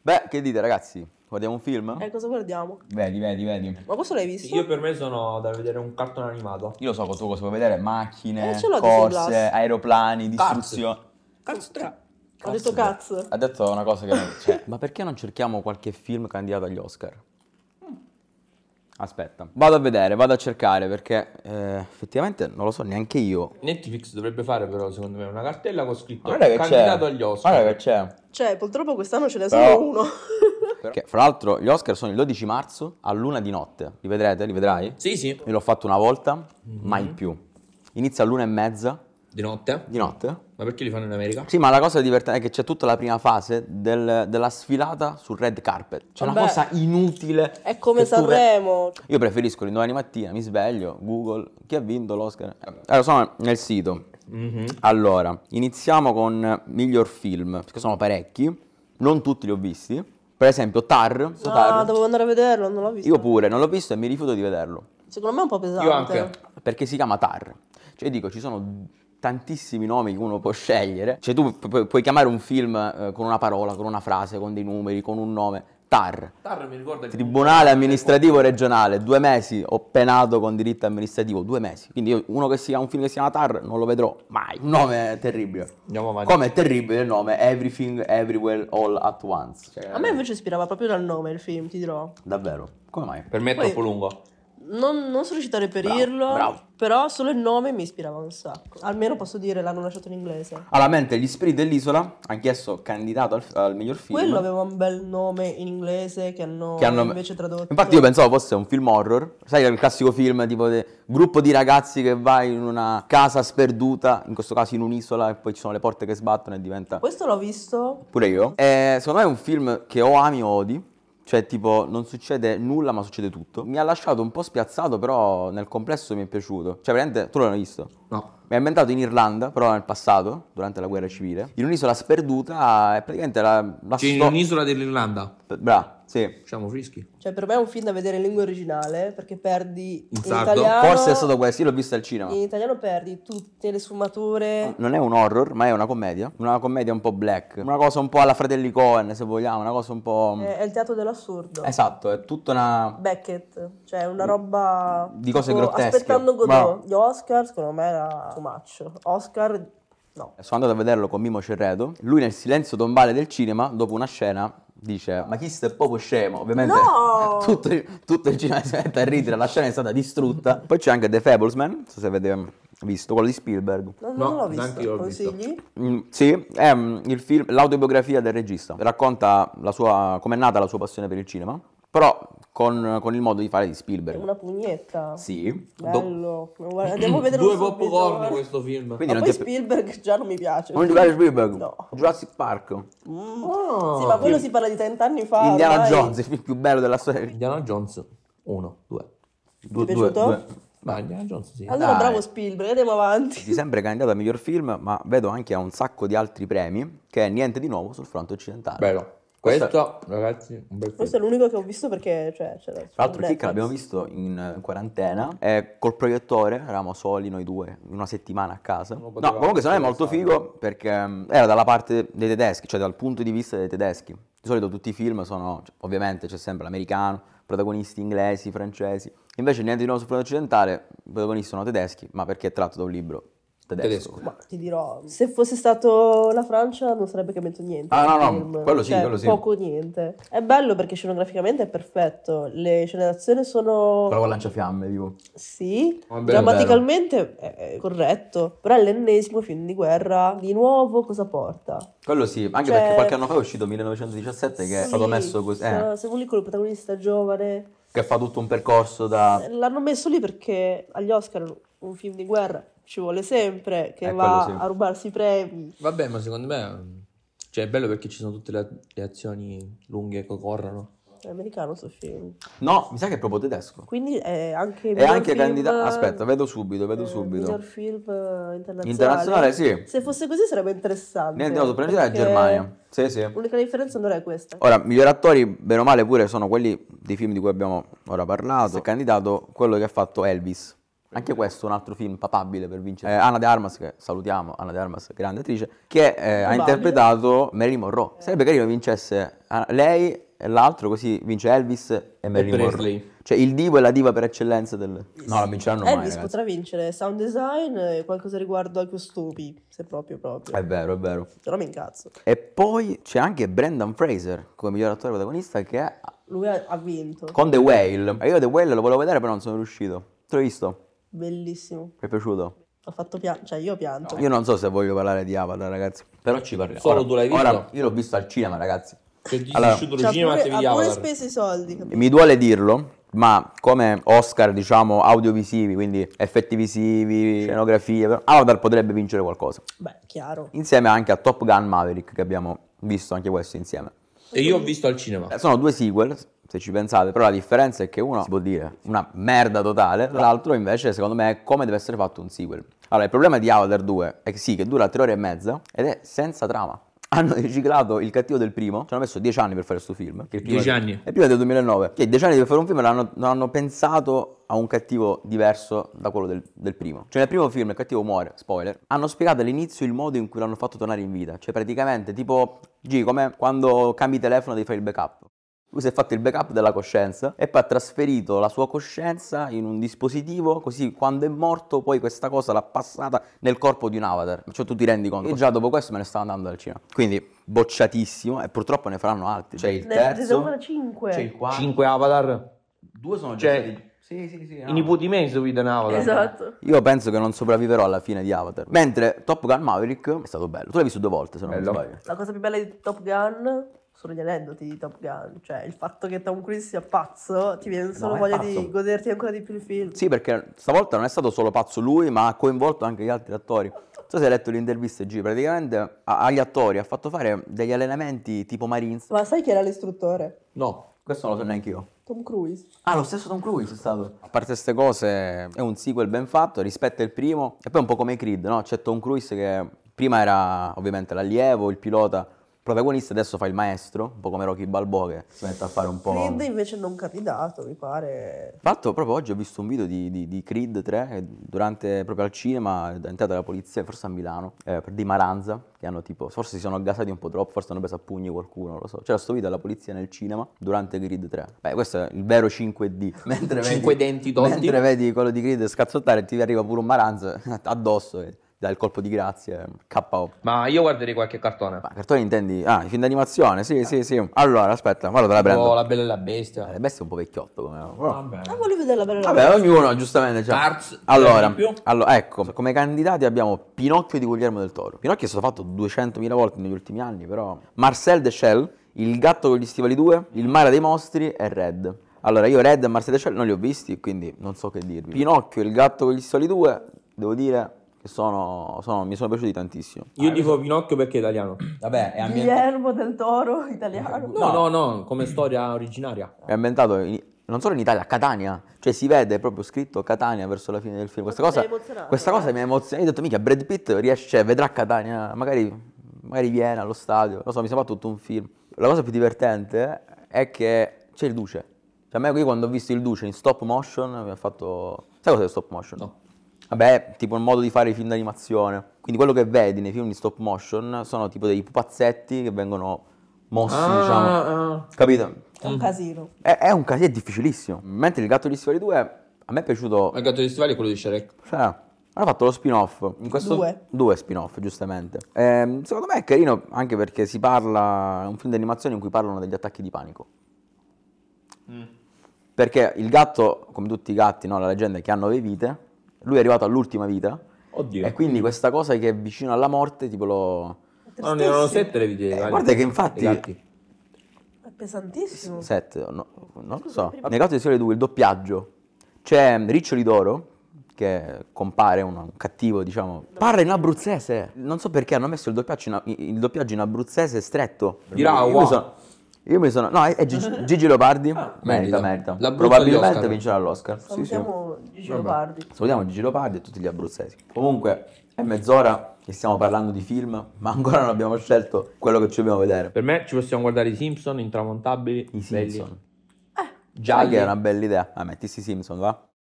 Beh, che dite ragazzi? Guardiamo un film? Eh, cosa guardiamo? Vedi, vedi, vedi. Ma questo l'hai visto? Io per me sono da vedere un cartone animato. Io lo so tu cosa vuoi vedere, macchine, Eh, ce l'ho Disney corse, Plus. aeroplani, Cazzo. distruzione. Cazzo, tre. Ho detto cazzo. Ha detto una cosa che non c'è. Ma perché non cerchiamo qualche film candidato agli Oscar? Mm. Aspetta, vado a vedere, vado a cercare perché eh, effettivamente non lo so neanche io. Netflix dovrebbe fare però secondo me una cartella con scritto Guarda che candidato c'è. agli Oscar. Guarda che c'è. Cioè, purtroppo quest'anno ce n'è solo Però- uno. Perché, fra l'altro, gli Oscar sono il 12 marzo all'una di notte. Li vedrete? Li vedrai? Sì, sì. Io l'ho fatto una volta, Mhm. mai più. Inizia all'una e mezza Di notte. di notte. Ma perché li fanno in America? Sì, ma la cosa divertente è che c'è tutta la prima fase del- della sfilata sul red carpet. C'è una Vabbè. cosa inutile. È come che tu ve- Sanremo. Io preferisco l'indomani mattina, mi sveglio, Google, chi ha vinto l'Oscar? Allora, sono nel sito. Mhm. Allora, iniziamo con miglior film, perché sono parecchi, non tutti li ho visti. Per esempio Tar, No, Tar. Ah, dovevo andare a vederlo, non l'ho visto. io pure non l'ho visto e mi rifiuto di vederlo, Secondo me è un po' pesante. Io anche. perché si chiama Tar. Cioè dico, ci sono tantissimi nomi che uno può scegliere. Cioè tu pu- pu- puoi chiamare un film eh, con una parola, con una frase, con dei numeri, con un nome. Tar. Tar mi ricorda che- Tribunale amministrativo regionale, due mesi ho penato con diritto amministrativo, due mesi. Quindi io, uno che sia un film che si chiama TAR non lo vedrò mai. Un nome è terribile. Andiamo avanti. Come è terribile il nome Everything Everywhere All at Once. Cioè, A me invece ispirava proprio dal nome il film, ti dirò. davvero. Come mai? Per me è Poi- troppo lungo. Non, non sono riuscita a reperirlo, bravo. però solo il nome mi ispirava un sacco. Almeno posso dire l'hanno lasciato in inglese. Allora, mentre Gli Spiriti dell'isola, anch'esso candidato al, al miglior film. Quello aveva un bel nome in inglese che hanno, che hanno- invece tradotto. Infatti io pensavo fosse un film horror, sai il classico film tipo de- gruppo di ragazzi che va in una casa sperduta, in questo caso in un'isola e poi ci sono le porte che sbattono e diventa Questo l'ho visto. Pure io. Eh, secondo me è un film che o ami o odi. Cioè, tipo, non succede nulla, ma succede tutto. Mi ha lasciato un po' spiazzato, però nel complesso mi è piaciuto. Cioè, veramente, tu l'hai visto? No. Mi è ambientato in Irlanda, però nel passato, durante la guerra civile. In un'isola sperduta, è praticamente la, la C'è in sto- un'isola dell'Irlanda. Bra, sì. Siamo frischi. Cioè, per me è un film da vedere in lingua originale perché perdi In in sardo? italiano. Esatto. Forse è stato questo, io l'ho visto al cinema. In italiano perdi tutte le sfumature. Non è un horror, ma è una commedia. Una commedia un po' black. Una cosa un po' alla fratelli Cohen, se vogliamo. Una cosa un po'... mm, eh, È, è il teatro dell'assurdo. Esatto, è tutta una... Beckett, cioè una roba Di cose tipo, grottesche. Aspettando Godot, Ma- gli Oscar, secondo me era too much. Oscar, no. Sono andato a vederlo con Mimo Cerreto. Lui nel silenzio tombale del cinema, dopo una scena, dice Ma chi sta è proprio scemo? Ovviamente No! tutto, il- tutto il cinema si mette a ridere, la scena è stata distrutta. Poi c'è anche The Fablesman, non so se avete visto, quello di Spielberg. Non, No, non l'ho visto. neanche io l'ho Consigli? Mm, sì, è mm, il film, l'autobiografia del regista. Racconta la sua, com'è nata la sua passione per il cinema, però con, con il modo di fare di È Spielberg. Una pugnetta. Sì. do- Bello. Guarda, Andiamo a vederlo Due subito. popcorn questo film. Quindi Ma non poi ti è pi- Spielberg già non mi piace. non ti piace Spielberg? No. Jurassic Park. Ah. Sì, ma quello si parla di 30 anni fa. Indiana ormai. Jones, il film più bello della storia. Indiana Jones 1, 2. Ti è piaciuto? Ma Indiana Jones sì. Allora Dai. bravo Spielberg, andiamo avanti. Si sempre candidato a miglior film, ma vedo anche a un sacco di altri premi che è niente di nuovo sul fronte occidentale. Bello. Questo, ragazzi, un bel film. Questo è l'unico che ho visto perché, cioè, c'era Tra l'altro, Kick Netflix. l'abbiamo visto in eh, quarantena, eh, col proiettore, eravamo soli noi due, una settimana a casa. No, Non potevamo comunque secondo me è molto stare. figo perché mm, era dalla parte dei tedeschi, cioè dal punto di vista dei tedeschi. Di solito tutti i film sono, cioè, ovviamente c'è sempre l'americano, protagonisti inglesi, francesi. Invece niente di nuovo sul fronte occidentale, i protagonisti sono tedeschi, ma perché è tratto da un libro tedesco. Tedesco. Ma ti dirò, se fosse stato la Francia non sarebbe cambiato niente. Ah, no, no, il film. quello sì, Cioè, quello sì. Poco o niente. È bello perché scenograficamente è perfetto. Le scene d'azione sono... Però Ah, con lanciafiamme, tipo. Sì, Vabbè, è grammaticalmente è è corretto, però è l'ennesimo film di guerra. Di nuovo cosa porta? Quello sì, anche Cioè- perché qualche anno fa è uscito 1917 che è Sì, stato messo così, eh, sono- Siamo lì con il protagonista giovane. che fa tutto un percorso da... L'hanno messo lì perché agli Oscar un film di guerra ci vuole sempre, che Eh, va quello sì. a rubarsi i premi. Vabbè, ma secondo me cioè, è bello perché ci sono tutte le, le azioni lunghe che corrono. È americano sto film. No, mi sa che è proprio tedesco. Quindi è anche E miglior anche film- candidato... Aspetta, vedo subito, vedo eh, subito. Miglior film eh, internazionale. Internazionale, sì. Se fosse così sarebbe interessante. Niente, no, prendere la perché Germania. Oh, Sì, sì. L'unica differenza non è questa. Ora, migliori attori, bene o male, pure sono quelli dei film di cui abbiamo ora parlato. Il candidato, quello che ha fatto Elvis. Anche questo è un altro film papabile per vincere. Eh, Anna De Armas, che salutiamo, Anna De Armas, grande attrice, che eh, ha Probabile. interpretato Marilyn Monroe. Sarebbe carino vincesse eh, lei e l'altro, così vince Elvis e Marilyn Monroe. Presley. Cioè il divo è la diva per eccellenza del... No, la vinceranno mai, Elvis ragazzi. potrà vincere sound design e qualcosa riguardo ai costumi, se proprio proprio. È vero, è vero. Però mi incazzo. E poi c'è anche Brendan Fraser come miglior attore protagonista che è Lui ha, ha vinto. con The Whale. E io The Whale lo volevo vedere però non sono riuscito. Te l'ho visto? Bellissimo. Mi è piaciuto? Ha fatto piangere, cioè io pianto. Io non so se voglio parlare di Avatar, ragazzi. Però ci parliamo. Solo Ora- tu l'hai visto? Ora, io l'ho visto al cinema, ragazzi. Che dici Allora- sciuto Cioè, ha cinema pure, te ha vedi pure Avatar. speso i soldi. capito? Mi duole dirlo, ma come Oscar, diciamo, audiovisivi, quindi effetti visivi, scenografie, però Avatar potrebbe vincere qualcosa. Beh, chiaro. Insieme anche a Top Gun Maverick, che abbiamo visto anche questo insieme. E io ho visto al cinema. Eh, Sono due sequel, se ci pensate, però la differenza è che uno si può dire una merda totale, l'altro invece secondo me è come deve essere fatto un sequel. Allora, il problema di Avatar 2 è che sì, che dura 3 ore e mezza ed è senza trama. Hanno riciclato il cattivo del primo, ci hanno messo 10 anni per fare questo film. che il primo- Dieci anni. È prima del 2009. Che 10 anni per fare un film non hanno, non hanno pensato a un cattivo diverso da quello del, del primo. Cioè nel primo film il cattivo muore, spoiler. Hanno spiegato all'inizio il modo in cui l'hanno fatto tornare in vita. Cioè praticamente tipo, G, come quando cambi telefono devi fare il backup. Lui si è fatto il backup della coscienza e poi ha trasferito la sua coscienza in un dispositivo, così quando è morto poi questa cosa l'ha passata nel corpo di un avatar. Cioè tu ti rendi conto. E già dopo questo me ne stavo andando al cinema. Quindi bocciatissimo e purtroppo ne faranno altri. Cioè il Ne terzo, ancora 5. c'è Cioè, il quarto. 5 Avatar. Due sono Cioè, stati. Sì, sì, ah. sì. no. I nipoti miei si guidano Avatar. Esatto. Io penso che non sopravviverò alla fine di Avatar. Mentre Top Gun Maverick è stato bello. Tu l'hai visto due volte, se non mi Bello. sbaglio. La cosa più bella di Top Gun sono gli aneddoti di Top Gun. Cioè, il fatto che Tom Cruise sia pazzo ti viene solo è voglia pazzo. di goderti ancora di più il film. Sì, perché stavolta non è stato solo pazzo lui, ma ha coinvolto anche gli altri attori. Non so se hai letto l'intervista G, praticamente a- agli attori ha fatto fare degli allenamenti tipo Marines. Ma sai chi era l'istruttore? No. Questo non lo so neanche io. Tom Cruise. Ah, lo stesso Tom Cruise è stato. A parte queste cose, è un sequel ben fatto, rispetta il primo. E poi è un po' come i Creed, no? C'è Tom Cruise che prima era ovviamente l'allievo, il pilota protagonista, adesso fa il maestro, un po' come Rocky Balboa che si mette a fare un po'... Creed invece non candidato, mi pare. Tra l'altro proprio oggi ho visto un video di, di- di Creed 3 eh, durante, proprio al cinema, è entrata la polizia, forse a Milano, eh, per- di Maranza, che hanno tipo, forse si sono aggasati un po' troppo, forse hanno preso a pugni qualcuno, non lo so. C'era sto video della polizia nel cinema durante Creed 3. Beh, questo è il vero 5D. Mentre Cinque vedi, denti tosti. Mentre vedi quello di Creed scazzottare ti arriva pure un Maranza addosso e ti dà il colpo di grazia, eh, KO. Ma io guarderei qualche cartone. Ma cartoni intendi? Ah, film d'animazione, sì, sì, sì. Allora, aspetta, guarda, te la prendo. Oh, la bella e la Eh, bestia. Le bestie è un po' vecchiotto come... Ah, voglio vedere la bella la Vabbè, ognuno giustamente c'ha. Cars, allora, per esempio. allora, ecco, come candidati abbiamo Pinocchio di Guglielmo del Toro. Pinocchio è stato fatto 200.000 volte negli ultimi anni, però. Marcel Deschel, Il gatto con gli stivali 2, Il mare dei mostri e Red. Allora, io Red e Marcel Deschel non li ho visti, quindi non so che dirvi. Pinocchio e Il gatto con gli stivali 2, devo dire che sono, sono- mi sono piaciuti tantissimo. Io dico Pinocchio perché è italiano. Vabbè, è ambientato. Guillermo del Toro italiano. No, no, no, come storia originaria. È ambientato in- non solo in Italia, a Catania. Cioè, si vede proprio scritto Catania verso la fine del film. Questa Quanto cosa, sei emozionato, eh? questa cosa mi ha emozionato. Io ho detto, mica, Brad Pitt riesce, cioè, vedrà Catania, magari, magari viene allo stadio. Non so, mi sembra tutto un film. La cosa più divertente è che c'è il Duce. Cioè, a me qui quando ho visto il Duce in stop motion mi ha fatto... Sai cos'è lo stop motion? No. Vabbè, è tipo un modo di fare i film d'animazione. Quindi quello che vedi nei film di stop motion sono tipo dei pupazzetti che vengono mossi, diciamo. ah. Capito? È un casino. È, è un casino, è difficilissimo. Mentre il gatto di Stivali 2 a me è piaciuto. Ma il gatto di stivali è quello di Shrek. Cioè, hanno fatto lo spin-off. In questo... Due. spin-off, giustamente. Ehm, secondo me è carino anche perché si parla. È un film d'animazione in cui parlano degli attacchi di panico. Perché il gatto, come tutti i gatti, no? la leggenda è che ha nove vite. Lui è arrivato all'ultima vita. Oddio. E quindi questa cosa che è vicino alla morte, tipo lo. Ma Ah, non erano Tristissimo. sette le vite. Eh, italiane. guarda che infatti- I gatti. È pesantissimo. 7, non lo so. Nel caso di Sole 2 il doppiaggio. C'è mm, Riccioli d'Oro, che compare un, un cattivo, diciamo. Parla in abruzzese. Non so perché hanno messo il doppiaggio in, il doppiaggio in abruzzese stretto. Dirà, io, wow. mi sono, io mi sono- No, è, è Gigi, Gigi Leopardi. merita, Ah, merita. merita. L'Abruzzo agli Probabilmente Oscar. vincerà l'Oscar. Sì, sì. Salutiamo Gigi Leopardi. Salutiamo Gigi Leopardi e tutti gli abruzzesi. Comunque, è mezz'ora che stiamo parlando di film, ma ancora non abbiamo scelto quello che ci dobbiamo vedere. Per me ci possiamo guardare i Simpson, intramontabili, I belli. Simpson. Sai Gialli. che è una bella idea. Ah, metti i Simpson, va?